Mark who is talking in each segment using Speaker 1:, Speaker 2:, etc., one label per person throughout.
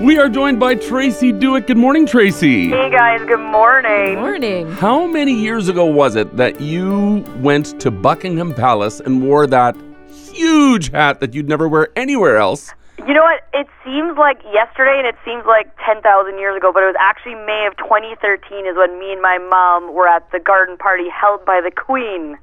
Speaker 1: We are joined by Tracy Dewitt. Good morning, Tracy.
Speaker 2: Hey guys, good morning.
Speaker 3: Morning.
Speaker 1: How many years ago was it that you went to Buckingham Palace and wore that huge hat that you'd never wear anywhere else?
Speaker 2: You know what? It seems like yesterday and it seems like 10,000 years ago, but it was actually May of 2013 is when me and my mom were at the garden party held by the Queen.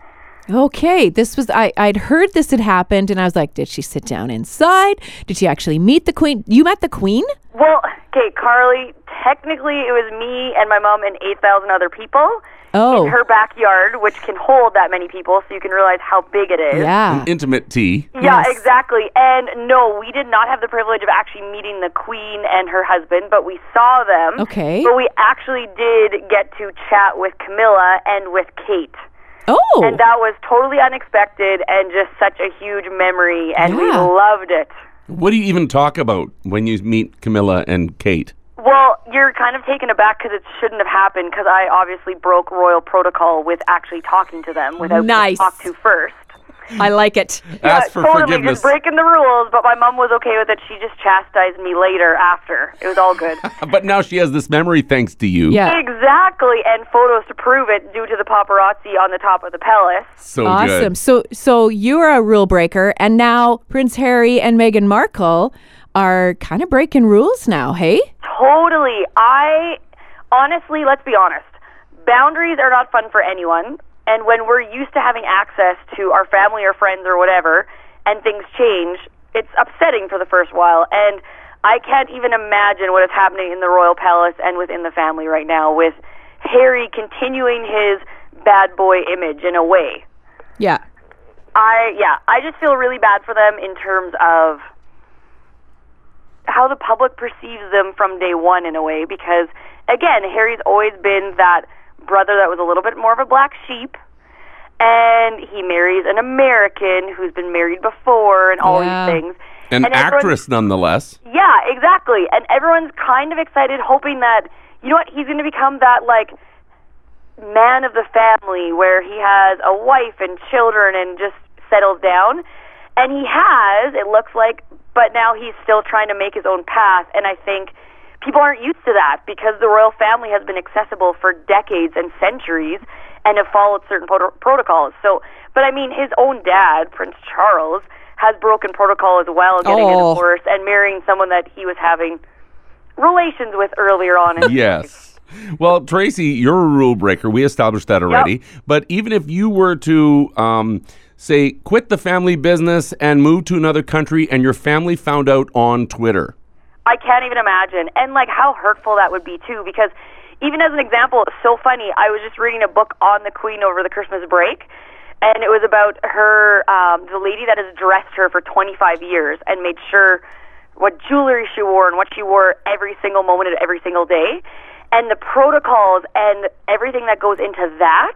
Speaker 3: Okay, this was I. I'd heard this had happened, and I was like, "Did she sit down inside? Did she actually meet the queen? You met the queen?
Speaker 2: Well, okay, Carly, technically it was me and my mom and 8,000 other people
Speaker 3: Oh.
Speaker 2: in her backyard, which can hold that many people, so you can realize how big it is.
Speaker 3: Yeah.
Speaker 1: An intimate tea.
Speaker 2: Yeah,
Speaker 3: Yes.
Speaker 2: exactly. And no, we did not have the privilege of actually meeting the Queen and her husband, but we saw them.
Speaker 3: Okay.
Speaker 2: But we actually did get to chat with Camilla and with Kate.
Speaker 3: Oh,
Speaker 2: And uh, that was totally unexpected and just such a huge memory, and we
Speaker 3: Yeah.
Speaker 2: loved it.
Speaker 1: What do you even talk about when you meet Camilla and Kate?
Speaker 2: Well, you're kind of taken aback because it shouldn't have happened because I obviously broke royal protocol with actually talking to them without who to
Speaker 3: Nice.
Speaker 2: talk to first.
Speaker 3: I like it.
Speaker 1: Ask for
Speaker 2: totally,
Speaker 1: forgiveness.
Speaker 2: just breaking the rules, but my mom was okay with it. She just chastised me later after. It was all good.
Speaker 1: But now she has this memory thanks to you.
Speaker 3: Yeah.
Speaker 2: exactly, and photos to prove it due to the paparazzi on the top of the palace.
Speaker 1: So
Speaker 3: awesome.
Speaker 1: good.
Speaker 3: So, so you are a rule breaker, and now Prince Harry and Meghan Markle are kind of breaking rules now. Hey.
Speaker 2: Totally. I honestly, let's be honest, boundaries are not fun for anyone. And when we're used to having access to our family or friends or whatever, and things change, it's upsetting for the first while. And I can't even imagine what is happening in the royal palace and within the family right now with Harry continuing his bad boy image in a way.
Speaker 3: Yeah.
Speaker 2: I yeah, I just feel really bad for them in terms of how the public perceives them from day one in a way because again, Harry's always been that brother that was a little bit more of a black sheep and he marries an American who's been married before and all
Speaker 3: Yeah.
Speaker 2: these things.
Speaker 1: An
Speaker 2: everyone's-
Speaker 1: actress, nonetheless.
Speaker 2: yeah, exactly. And everyone's kind of excited, hoping that you know what he's going to become that like man of the family, where he has a wife and children and just settles down. And he has, it looks like, but now he's still trying to make his own path. And I think people aren't used to that because the royal family has been accessible for decades and centuries and have followed certain pro- protocols. So, but I mean, his own dad, Prince Charles, has broken protocol as well, getting a
Speaker 3: Oh.
Speaker 2: divorce and marrying someone that he was having relations with earlier on. In-
Speaker 1: yes. Well, Tracy, you're a rule breaker. We established that already. But even if you were to, um, say, quit the family business and move to another country and your family found out on Twitter,
Speaker 2: I can't even imagine. And like how hurtful that would be too, because even as an example, it's so funny. I was just reading a book on the Queen over the Christmas break, and it was about her, um, the lady that has dressed her for 25 years and made sure what jewelry she wore and what she wore every single moment of every single day, and the protocols and everything that goes into that.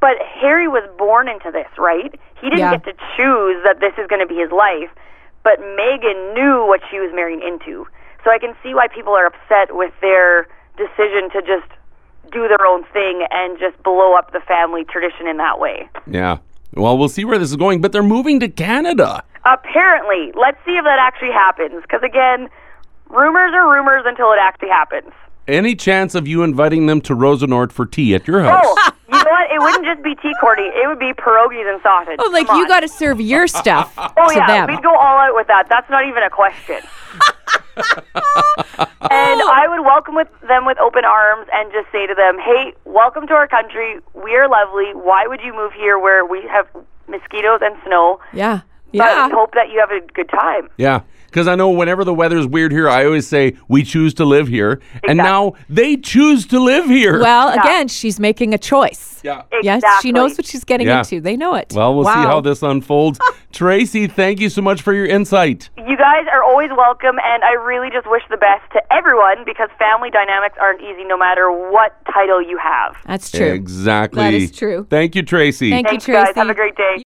Speaker 2: But Harry was born into this, right? He didn't
Speaker 3: Yeah.
Speaker 2: get to choose that this is going to be his life, but Megan knew what she was marrying into. So I can see why people are upset with their decision to just do their own thing and just blow up the family tradition in that way.
Speaker 1: yeah. Well, we'll see where this is going, but they're moving to Canada.
Speaker 2: Apparently, let's see if that actually happens because again, rumors are rumors until it actually happens.
Speaker 1: Any chance of you inviting them to Rosenort for tea at your house?
Speaker 2: Oh, you know what? It wouldn't just be tea, Cordy. It would be pierogies and sausage.
Speaker 3: Oh, like
Speaker 2: Come
Speaker 3: you
Speaker 2: on.
Speaker 3: got to serve your stuff
Speaker 2: Oh
Speaker 3: to
Speaker 2: yeah,
Speaker 3: them.
Speaker 2: we'd go all out with that. That's not even a question. and I would welcome with them with open arms and just say to them, "Hey, welcome to our country. We are lovely. Why would you move here where we have mosquitoes and snow?
Speaker 3: yeah.
Speaker 2: But we
Speaker 3: Yeah.
Speaker 2: hope that you have a good time."
Speaker 1: Yeah. Because I know whenever the weather's weird here, I always say, we choose to live here. And now they choose to live here.
Speaker 3: Well, again, she's making a choice.
Speaker 1: yeah.
Speaker 3: Yes, she
Speaker 2: Exactly.
Speaker 3: knows what she's getting
Speaker 1: Yeah.
Speaker 3: into. They know it.
Speaker 1: Well, we'll see
Speaker 3: Wow.
Speaker 1: how this unfolds. Tracy, thank you so much for your insight.
Speaker 2: You guys are always welcome, and I really just wish the best to everyone because family dynamics aren't easy, no matter what title you have.
Speaker 3: That's true.
Speaker 1: Exactly.
Speaker 3: That is true.
Speaker 1: Thank you, Tracy.
Speaker 3: Thank you,
Speaker 2: Thanks, guys.
Speaker 3: Tracy.
Speaker 2: Have a great day.